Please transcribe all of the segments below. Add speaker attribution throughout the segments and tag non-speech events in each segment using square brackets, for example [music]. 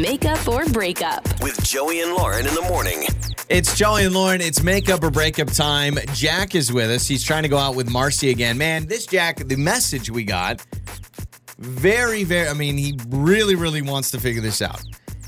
Speaker 1: Makeup or Breakup.
Speaker 2: with Joey and Lauren in the morning.
Speaker 3: It's Jolly and Lauren. It's makeup or breakup time. Jack is with us. He's trying to go out with Marcy again. Man, this Jack, the message we got, very, very, I mean, he really, really wants to figure this out.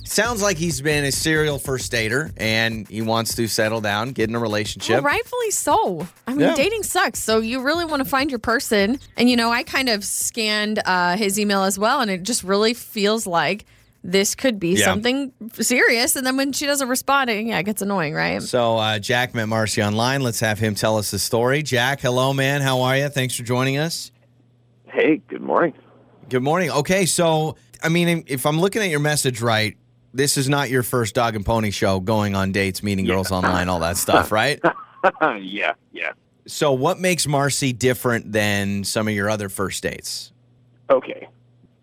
Speaker 3: Sounds like he's been a serial first dater and he wants to settle down, get in a relationship.
Speaker 4: Well, rightfully so. I mean,
Speaker 3: Yeah.
Speaker 4: dating sucks. So you really want to find your person. And, you know, I kind of scanned uh, his email as well, and it just really feels like this could be
Speaker 3: Yeah.
Speaker 4: something serious. And then when she doesn't respond, it, yeah, it gets annoying, right?
Speaker 3: So, uh, Jack met Marcy online. Let's have him tell us the story. Jack, hello, man. How are you? Thanks for joining us.
Speaker 5: Hey, good morning. [laughs]
Speaker 3: Good morning. Okay, so I mean, if I'm looking at your message right, this is not your first dog and pony show going on dates, meeting girls online, all that stuff,
Speaker 5: [laughs]
Speaker 3: right?
Speaker 5: yeah, yeah.
Speaker 3: so, what makes Marcy different than some of your other first dates?
Speaker 5: Okay.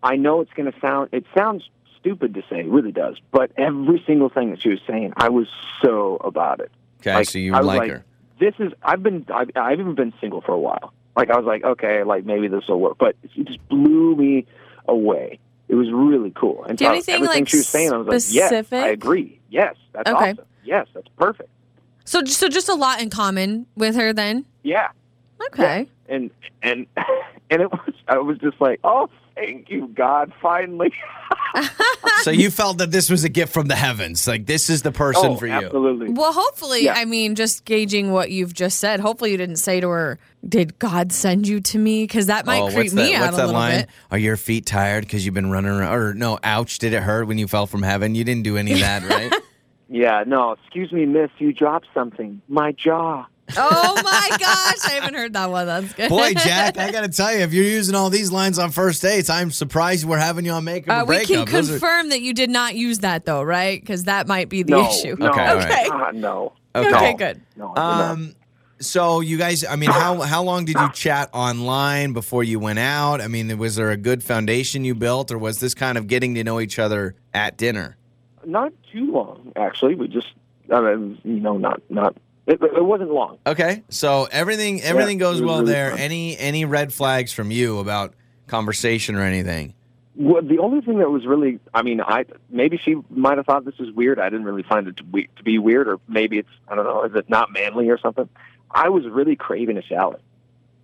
Speaker 5: I know it's going to sound, it sounds stupid to say, it really does, but every single thing that she was saying, I was so about it.
Speaker 3: Okay,
Speaker 5: Like,
Speaker 3: so you
Speaker 5: I was
Speaker 3: like,
Speaker 5: like-
Speaker 3: her.
Speaker 5: This is, I've been, I've, I've even been single for a while. Like, I was like, okay, like maybe this will work, but it just blew me away. It was really cool. And
Speaker 4: Do you have
Speaker 5: so
Speaker 4: anything,
Speaker 5: everything
Speaker 4: like,
Speaker 5: she was saying, I was like,
Speaker 4: specific?
Speaker 5: yes, I agree. Yes, that's
Speaker 4: Okay.
Speaker 5: awesome. Yes, that's perfect.
Speaker 4: So, so just a lot in common with her then.
Speaker 5: Yeah.
Speaker 4: Okay.
Speaker 5: and and [laughs] and it was I was just like, oh, thank you, God, finally.
Speaker 3: so you [laughs] felt that this was a gift from the heavens. Like this is the person
Speaker 5: oh,
Speaker 3: for you.
Speaker 5: absolutely.
Speaker 4: Well, hopefully,
Speaker 5: Yeah.
Speaker 4: I mean, just gauging what you've just said, hopefully you didn't say to her, Did God send you to me? Because that might
Speaker 3: oh,
Speaker 4: creep
Speaker 3: what's
Speaker 4: me
Speaker 3: that?
Speaker 4: out
Speaker 3: What's
Speaker 4: a
Speaker 3: that
Speaker 4: little
Speaker 3: line?
Speaker 4: bit.
Speaker 3: Are your feet tired because you've been running around? Or no, ouch, did it hurt when you fell from heaven? You didn't do any of that,
Speaker 4: [laughs]
Speaker 3: right?
Speaker 5: Yeah, no, excuse me, Miss, you dropped something. My jaw.
Speaker 3: [laughs]
Speaker 4: Oh my gosh, I haven't heard that one. That's good.
Speaker 3: Boy, Jack, I gotta tell you, if you're using all these lines on first dates, I'm surprised we're having you on makeup
Speaker 4: Uh,
Speaker 3: or
Speaker 4: we can
Speaker 3: breakup. Those are-
Speaker 4: confirm that you did not use that though, right? Because that might be the
Speaker 5: No,
Speaker 4: issue.
Speaker 5: no,
Speaker 3: Okay, all right.
Speaker 4: Okay.
Speaker 5: ah, no,
Speaker 3: Okay.
Speaker 4: [laughs] Okay,
Speaker 5: No.
Speaker 4: good.
Speaker 5: no. Um,
Speaker 3: Um, so you guys, I mean, how how long did you chat online before you went out? I mean, was there a good foundation you built, or was this kind of getting to know each other at dinner?
Speaker 5: not too long, actually. We just, I mean, you know, not not. It, it wasn't long.
Speaker 3: Okay, so everything everything
Speaker 5: Yeah,
Speaker 3: goes
Speaker 5: it was
Speaker 3: well
Speaker 5: really
Speaker 3: there.
Speaker 5: fun.
Speaker 3: Any any red flags from you about conversation or anything?
Speaker 5: Well, the only thing that was really, I mean, I maybe she might have thought this was weird. I didn't really find it to be, to be weird, or maybe it's, I don't know, is it not manly or something? I was really craving a salad,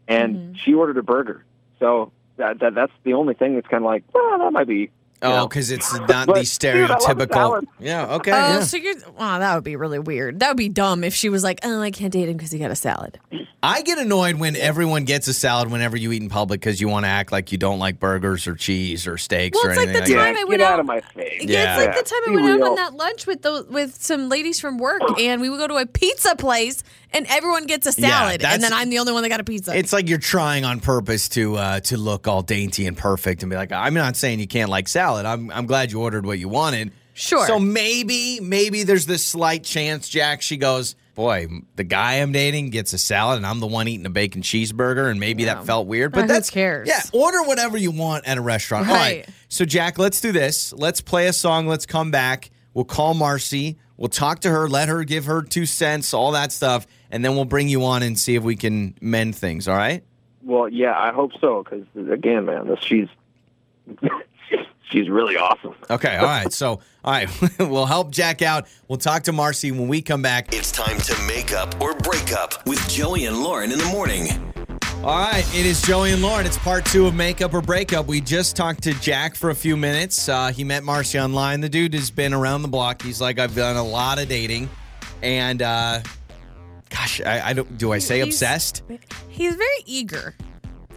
Speaker 5: and
Speaker 4: Mhm.
Speaker 5: she ordered a burger. So that, that that's the only thing that's kind of like, well, that might be.
Speaker 3: Oh,
Speaker 5: No.
Speaker 3: because it's not
Speaker 5: But,
Speaker 3: the
Speaker 5: dude, I love
Speaker 3: stereotypical.
Speaker 5: salad.
Speaker 3: yeah. Okay.
Speaker 4: Oh,
Speaker 3: yeah.
Speaker 4: so you're wow, that would be really weird. That would be dumb if she was like, "Oh, I can't date him because he got a salad."
Speaker 3: I get annoyed when everyone gets a salad whenever you eat in public because you want to act like you don't like burgers or cheese or steaks
Speaker 4: Well,
Speaker 3: or
Speaker 4: it's like
Speaker 3: anything.
Speaker 4: the
Speaker 3: that.
Speaker 4: time
Speaker 5: yeah,
Speaker 4: I
Speaker 5: get
Speaker 4: went out-
Speaker 5: out of my face.
Speaker 4: Yeah, it's like the time I
Speaker 5: Be
Speaker 4: went out
Speaker 5: real.
Speaker 4: on that lunch with those with some ladies from work, and we would go to a pizza place, and everyone gets a
Speaker 3: Yeah,
Speaker 4: salad,
Speaker 3: that's-
Speaker 4: and then I'm the only one that got a pizza.
Speaker 3: It's like you're trying on purpose to uh, to look all dainty and perfect and be like, I'm not saying you can't like salad. I'm I'm glad you ordered what you wanted.
Speaker 4: Sure.
Speaker 3: So maybe maybe there's this slight chance, Jack. She goes, boy, the guy I'm dating gets a salad and I'm the one eating a bacon cheeseburger and maybe that felt weird. But
Speaker 4: who
Speaker 3: that's
Speaker 4: cares?
Speaker 3: Yeah, order whatever you want at a restaurant. All right.
Speaker 4: Right.
Speaker 3: So Jack, let's do this. Let's play a song. Let's come back. We'll call Marcy. We'll talk to her. Let her give her two cents. All that stuff. And then we'll bring you on and see if we can mend things. All right.
Speaker 5: Well, yeah, I hope so, because again, man, this, she's [laughs] she's really awesome.
Speaker 3: Okay, all right. So, all right, [laughs] we'll help Jack out. We'll talk to Marcy when we come back.
Speaker 2: It's time to make up or break up with Joey and Lauren in the morning.
Speaker 3: All right, it is Joey and Lauren. It's part two of Makeup or Breakup. We just talked to Jack for a few minutes. Uh, he met Marcy online. The dude has been around the block. He's like, I've done a lot of dating, and uh, gosh, I, I don't. Do I say
Speaker 4: He's-
Speaker 3: obsessed?
Speaker 4: He's very eager.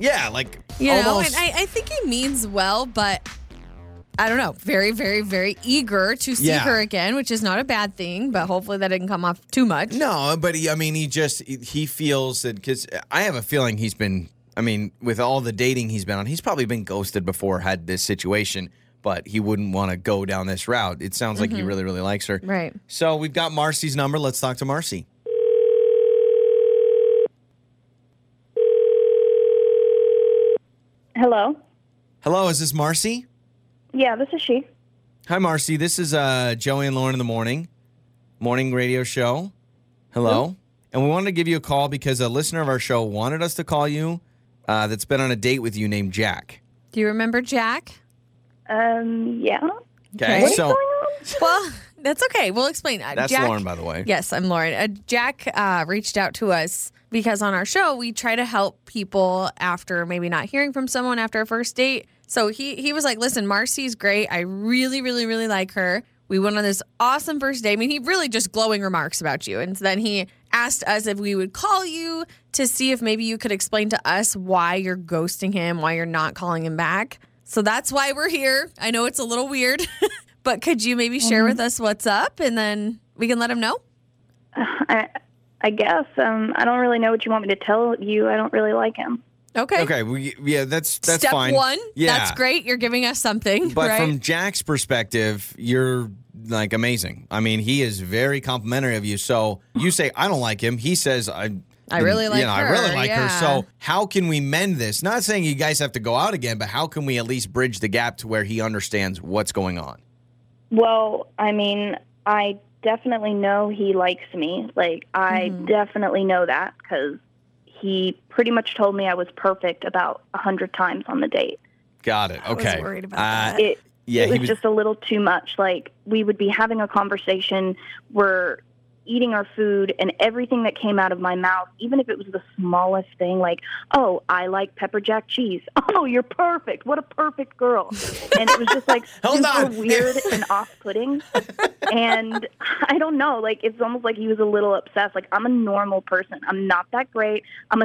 Speaker 3: Yeah, like
Speaker 4: You know,
Speaker 3: almost.
Speaker 4: and I, I think he means well, but I don't know. Very, very, very eager to see
Speaker 3: Yeah.
Speaker 4: her again, which is not a bad thing, but hopefully that didn't come off too much.
Speaker 3: No, but he, I mean, he just he feels that because I have a feeling he's been. I mean, with all the dating he's been on, he's probably been ghosted before, had this situation, but he wouldn't want to go down this route. It sounds like he
Speaker 4: Mm-hmm.
Speaker 3: really, really likes her.
Speaker 4: Right.
Speaker 3: So we've got Marcy's number. Let's talk to Marcy.
Speaker 6: Hello.
Speaker 3: Hello, is this Marcy?
Speaker 6: Yeah, this is she.
Speaker 3: Hi, Marcy. This is uh, Joey and Lauren in the morning, morning radio show. Hello. And we wanted to give you a call because a listener of our show wanted us to call you uh, that's been on a date with you named Jack.
Speaker 4: Do you remember Jack?
Speaker 6: Um, yeah.
Speaker 3: Okay.
Speaker 4: What is
Speaker 3: So
Speaker 4: Well, [laughs] that's okay. We'll explain. Uh,
Speaker 3: That's
Speaker 4: Jack-
Speaker 3: Lauren, by the way.
Speaker 4: Yes, I'm Lauren. Uh, Jack uh, reached out to us because on our show we try to help people after maybe not hearing from someone after a first date. So he he was like, "Listen, Marcy's great. I really, really, really like her. We went on this awesome first date. I mean, he really just glowing remarks about you." And so then he asked us if we would call you to see if maybe you could explain to us why you're ghosting him, why you're not calling him back. So that's why we're here. I know it's a little weird, [laughs] but could you maybe share with us what's up and then we can let him know?
Speaker 1: I, I guess. Um, I don't really know what you want me to tell you. I don't really like him.
Speaker 4: Okay.
Speaker 3: Okay. We, yeah, that's that's
Speaker 4: Step
Speaker 3: fine.
Speaker 4: one.
Speaker 3: Yeah.
Speaker 4: That's great. You're giving us something.
Speaker 3: But
Speaker 4: right?
Speaker 3: from Jack's perspective, you're like amazing. I mean, he is very complimentary of you. So you say I don't like him. He says I.
Speaker 4: I really
Speaker 3: you
Speaker 4: like
Speaker 3: know, I
Speaker 4: her,
Speaker 3: really like her.
Speaker 4: yeah.
Speaker 3: So how can we mend this? Not saying you guys have to go out again, but how can we at least bridge the gap to where he understands what's going on?
Speaker 1: Well, I mean, I definitely know he likes me. Like, I
Speaker 4: Mhm.
Speaker 1: definitely know that because he pretty much told me I was perfect about a hundred times on the date.
Speaker 3: Got it.
Speaker 4: I was
Speaker 3: Okay. Uh,
Speaker 4: worried about that.
Speaker 1: It,
Speaker 3: Yeah,
Speaker 1: it
Speaker 3: he
Speaker 1: was,
Speaker 3: was.
Speaker 1: just a little too much. Like, we would be having a conversation. We're eating our food, and everything that came out of my mouth, even if it was the smallest thing, like, oh, I like pepper jack cheese. [laughs] Oh, you're perfect. What a
Speaker 3: [laughs]
Speaker 1: perfect girl. And it was just like
Speaker 3: Hold
Speaker 1: super
Speaker 3: on. [laughs]
Speaker 1: weird and off putting. and [laughs] I don't know. Like, it's almost like he was a little obsessed. Like, I'm a normal person. I'm not that great. I'm a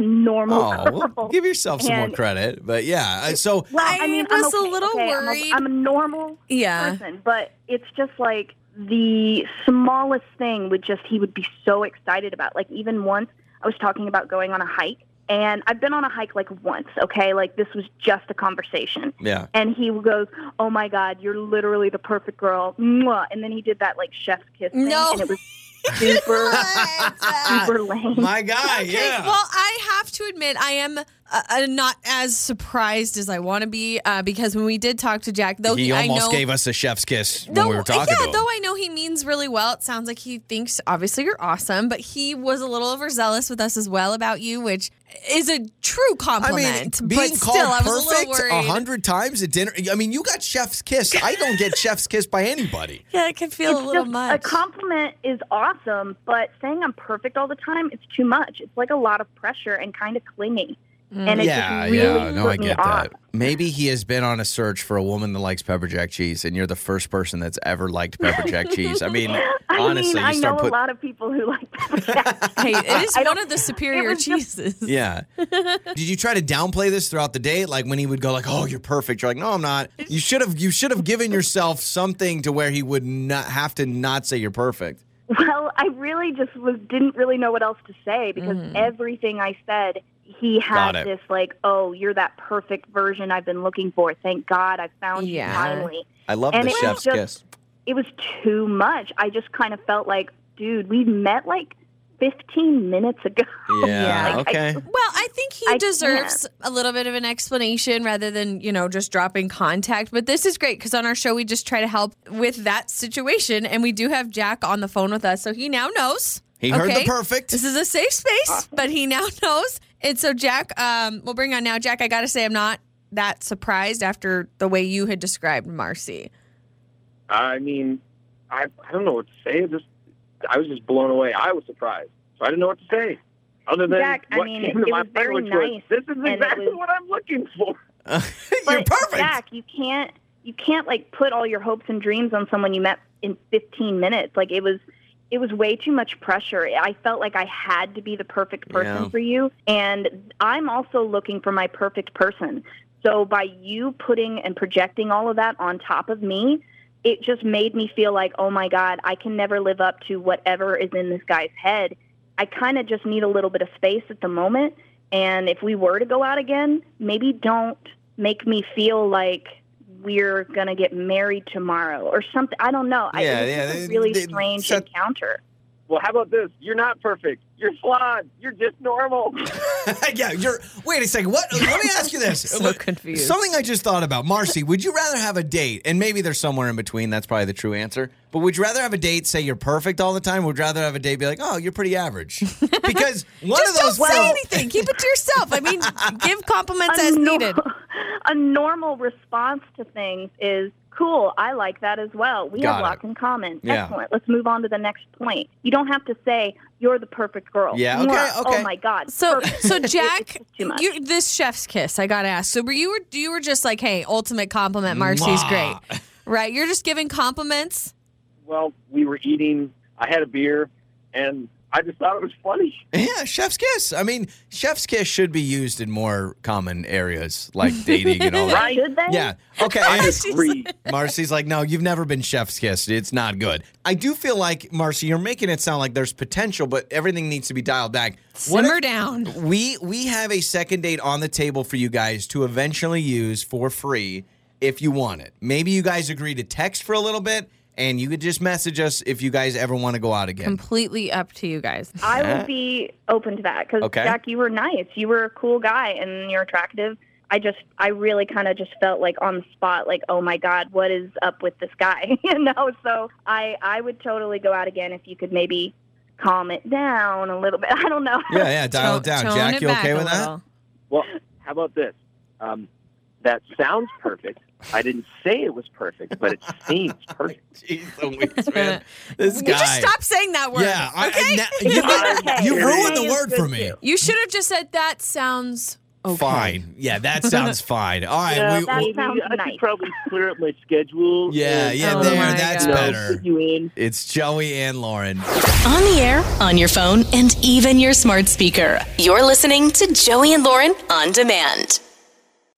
Speaker 3: [laughs]
Speaker 1: normal
Speaker 3: oh,
Speaker 1: [laughs] girl.
Speaker 3: well, give yourself some more
Speaker 1: And-
Speaker 3: credit. But yeah, I- so
Speaker 1: well,
Speaker 4: I
Speaker 1: I mean,
Speaker 4: was a
Speaker 1: I'm okay,
Speaker 4: little
Speaker 1: okay, I'm a-
Speaker 4: worried.
Speaker 1: I'm a normal
Speaker 4: yeah.
Speaker 1: person, but it's just like the smallest thing would just he would be so excited about. Like even once I was talking about going on a hike and I've been on a hike like once, okay? Like this was just a conversation.
Speaker 3: yeah.
Speaker 1: And he goes, "Oh my god, you're literally the perfect girl." Mwah. And then he did that like chef's kiss thing
Speaker 4: No.
Speaker 1: and it was
Speaker 3: [laughs]
Speaker 1: super
Speaker 4: What?
Speaker 1: super lame.
Speaker 3: My guy.
Speaker 4: Okay,
Speaker 3: yeah.
Speaker 4: Well, I have to admit, I am uh, uh, not as surprised as I want to be uh, because when we did talk to Jack, though
Speaker 3: he,
Speaker 4: he, I
Speaker 3: almost
Speaker 4: know,
Speaker 3: gave us a chef's kiss when
Speaker 4: Though,
Speaker 3: we were talking
Speaker 4: yeah,
Speaker 3: to him.
Speaker 4: though I know he means really well. It sounds like he thinks obviously you're awesome, but he was a little overzealous with us as well about you, which is a true compliment. but still, I was a little worried.
Speaker 3: a hundred times at dinner. I mean, you got chef's kiss. I don't [laughs] get chef's kiss by anybody.
Speaker 4: Yeah, it can feel a little
Speaker 1: just-
Speaker 4: much.
Speaker 1: A compliment is awesome, but saying I'm perfect all the time, it's too much. It's like a lot of pressure and kind of clingy.
Speaker 4: Mm.
Speaker 1: And it
Speaker 3: yeah,
Speaker 1: just really
Speaker 3: yeah. No,
Speaker 1: put
Speaker 3: I
Speaker 1: me
Speaker 3: get
Speaker 1: off. [laughs]
Speaker 3: that. Maybe he has been on a search for a woman that likes pepper jack cheese, and you're the first person that's ever liked pepper jack cheese.
Speaker 1: [laughs]
Speaker 3: I mean,
Speaker 1: I
Speaker 3: honestly,
Speaker 1: mean, I
Speaker 3: you
Speaker 1: know
Speaker 3: start
Speaker 1: a
Speaker 3: putting.
Speaker 1: lot of people who like that. [laughs]
Speaker 4: hey, [laughs] it is
Speaker 1: I
Speaker 4: one
Speaker 1: don't-
Speaker 4: of the superior
Speaker 1: was just-
Speaker 4: cheeses.
Speaker 1: [laughs]
Speaker 3: Yeah. Did you try to downplay this throughout the day? Like when he would go like, "Oh, you're perfect." You're like, "No, I'm not." You should have. You should have given yourself something to where he would not have to not say you're perfect.
Speaker 1: well, I really just was didn't really know what else to say because
Speaker 4: Mm.
Speaker 1: everything I said, he
Speaker 3: Got
Speaker 1: had
Speaker 3: it.
Speaker 1: this like, oh, you're that perfect version I've been looking for. Thank God I found
Speaker 4: Yeah.
Speaker 1: you finally.
Speaker 3: I love
Speaker 1: And
Speaker 3: the
Speaker 1: it was
Speaker 3: chef's
Speaker 1: just-
Speaker 3: kiss.
Speaker 1: it was too much. I just kind of felt like, dude, we met like 15 minutes ago.
Speaker 3: Yeah.
Speaker 1: Like, I-
Speaker 3: okay.
Speaker 4: Well, I think he
Speaker 1: I
Speaker 4: deserves a little bit of an explanation rather than, you know, just dropping contact. But this is great because on our show, we just try to help with that situation. And we do have Jack on the phone with us. So he now knows.
Speaker 3: He heard the
Speaker 4: okay? [laughs]
Speaker 3: perfect.
Speaker 4: This is a safe space, but he now [laughs] knows. And so, Jack, um, we'll bring on now. Jack, I got to say, I'm not that surprised after the way you had described Marcy.
Speaker 5: I mean, I I don't know what to say. It Just I was just blown away. I was surprised, so I didn't know what to say. Other than
Speaker 1: Jack, I
Speaker 5: what
Speaker 1: mean,
Speaker 5: came
Speaker 1: it
Speaker 5: to my
Speaker 1: was
Speaker 5: mind,
Speaker 1: very
Speaker 5: which
Speaker 1: nice,
Speaker 5: was, this is
Speaker 1: and it
Speaker 5: exactly
Speaker 1: was-
Speaker 5: what I'm looking for.
Speaker 3: you're
Speaker 1: But,
Speaker 3: perfect.
Speaker 1: Zach, you can't you can't like put all your hopes and dreams on someone you met in 15 minutes. Like it was it was way too much pressure. I felt like I had to be the perfect person
Speaker 3: Yeah.
Speaker 1: for you and I'm also looking for my perfect person. So by you putting and projecting all of that on top of me, it just made me feel like, "Oh my god, I can never live up to whatever is in this guy's head." I kind of just need a little bit of space at the moment. And if we were to go out again, maybe don't make me feel like we're gonna get married tomorrow or something. I don't know. I,
Speaker 3: Yeah,
Speaker 1: it was
Speaker 3: yeah,
Speaker 1: just
Speaker 3: they-
Speaker 1: a really
Speaker 3: they
Speaker 1: strange
Speaker 3: set-
Speaker 1: encounter.
Speaker 5: Well, how about this? You're not perfect. You're flawed. You're just
Speaker 1: [laughs]
Speaker 5: normal.
Speaker 3: [laughs] yeah, you're. Wait a second. What? Let me ask you this.
Speaker 4: [laughs] So confused.
Speaker 3: Something I just thought about. Marcy, would you rather have a date? And maybe there's somewhere in between. That's probably the true answer. But would you rather have a date say you're perfect all the time? Or would you rather have a date be like, oh, you're pretty
Speaker 4: [laughs]
Speaker 3: average? Because one
Speaker 4: Just
Speaker 3: of those.
Speaker 4: don't say
Speaker 3: well, [laughs]
Speaker 4: anything. Keep it to yourself. I mean, give compliments
Speaker 1: A
Speaker 4: as
Speaker 1: nor-
Speaker 4: needed.
Speaker 1: [laughs] a normal response to things is cool i like that as well we
Speaker 3: Got
Speaker 1: have
Speaker 3: it.
Speaker 1: lots in common
Speaker 3: Yeah.
Speaker 1: excellent let's move on to the next point you don't have to say you're the perfect girl
Speaker 3: Yeah, okay,
Speaker 1: Mwah.
Speaker 3: okay.
Speaker 1: oh my god
Speaker 4: So [laughs]
Speaker 1: perfect. [laughs]
Speaker 4: so Jack,
Speaker 1: too much.
Speaker 4: you this chef's kiss, I gotta ask. So were you were you were just like, hey, ultimate compliment, Marcy's great.
Speaker 3: Mwah.
Speaker 4: Right? You're just giving compliments.
Speaker 5: Well, we were eating. I had a beer, and I just thought it was
Speaker 1: [laughs]
Speaker 5: funny.
Speaker 3: [laughs] Yeah, chef's kiss. I mean, chef's kiss should be used in more common areas like dating and all that.
Speaker 5: Right?
Speaker 1: should they
Speaker 3: Yeah. Okay.
Speaker 5: I
Speaker 4: She's-
Speaker 5: agree.
Speaker 3: Marcy's like, no, you've never been chef's kissed. It's not good. I do feel like, Marcy, you're making it sound like there's potential, but everything needs to be dialed back. What
Speaker 4: Simmer down.
Speaker 3: if- we we have a second date on the table for you guys to eventually use for free if you want it. Maybe you guys agree to text for a little bit, and you could just message us if you guys ever want to go out again.
Speaker 4: Completely up to you guys.
Speaker 1: I would be open to that because
Speaker 3: Okay.
Speaker 1: Jack, you were nice. You were a cool guy and you're attractive. I just, I really kind of just felt like on the spot, like, oh my God, what is up with this guy? [laughs] you know, so I, I would totally go out again if you could maybe calm it down a little bit. [laughs] I don't know.
Speaker 3: yeah, yeah. Dial
Speaker 4: Tone-
Speaker 3: it down,
Speaker 4: tone
Speaker 3: Jack.
Speaker 4: it
Speaker 3: you
Speaker 4: back
Speaker 3: okay
Speaker 4: a
Speaker 3: with that?
Speaker 4: little.
Speaker 5: Well, how about this? Um, that sounds perfect. I didn't say it was perfect, but
Speaker 1: [laughs]
Speaker 5: it seems
Speaker 3: [laughs]
Speaker 5: perfect.
Speaker 3: Jeez Louise,
Speaker 4: [laughs]
Speaker 3: man. This
Speaker 4: You
Speaker 3: guy.
Speaker 4: just stop saying that word.
Speaker 3: Yeah, I,
Speaker 4: okay?
Speaker 3: I- [laughs] you,
Speaker 1: Okay.
Speaker 3: you ruined
Speaker 1: Okay
Speaker 3: the
Speaker 1: is
Speaker 3: word
Speaker 1: good
Speaker 3: for me.
Speaker 1: too.
Speaker 4: you should have just said that sounds okay.
Speaker 3: Fine. Yeah,
Speaker 4: [laughs]
Speaker 3: that sounds fine. All right.
Speaker 5: Yeah,
Speaker 3: we,
Speaker 1: that
Speaker 3: we-
Speaker 1: sounds
Speaker 5: I
Speaker 1: nice.
Speaker 5: could probably clear up my schedule.
Speaker 3: yeah,
Speaker 5: and,
Speaker 3: yeah,
Speaker 4: Oh
Speaker 3: there.
Speaker 4: my
Speaker 3: That's
Speaker 5: you know,
Speaker 4: God.
Speaker 3: better.
Speaker 5: fit you in.
Speaker 3: It's Joey and Lauren.
Speaker 6: On the air, on your phone, and even your smart speaker. You're listening to Joey and Lauren on demand.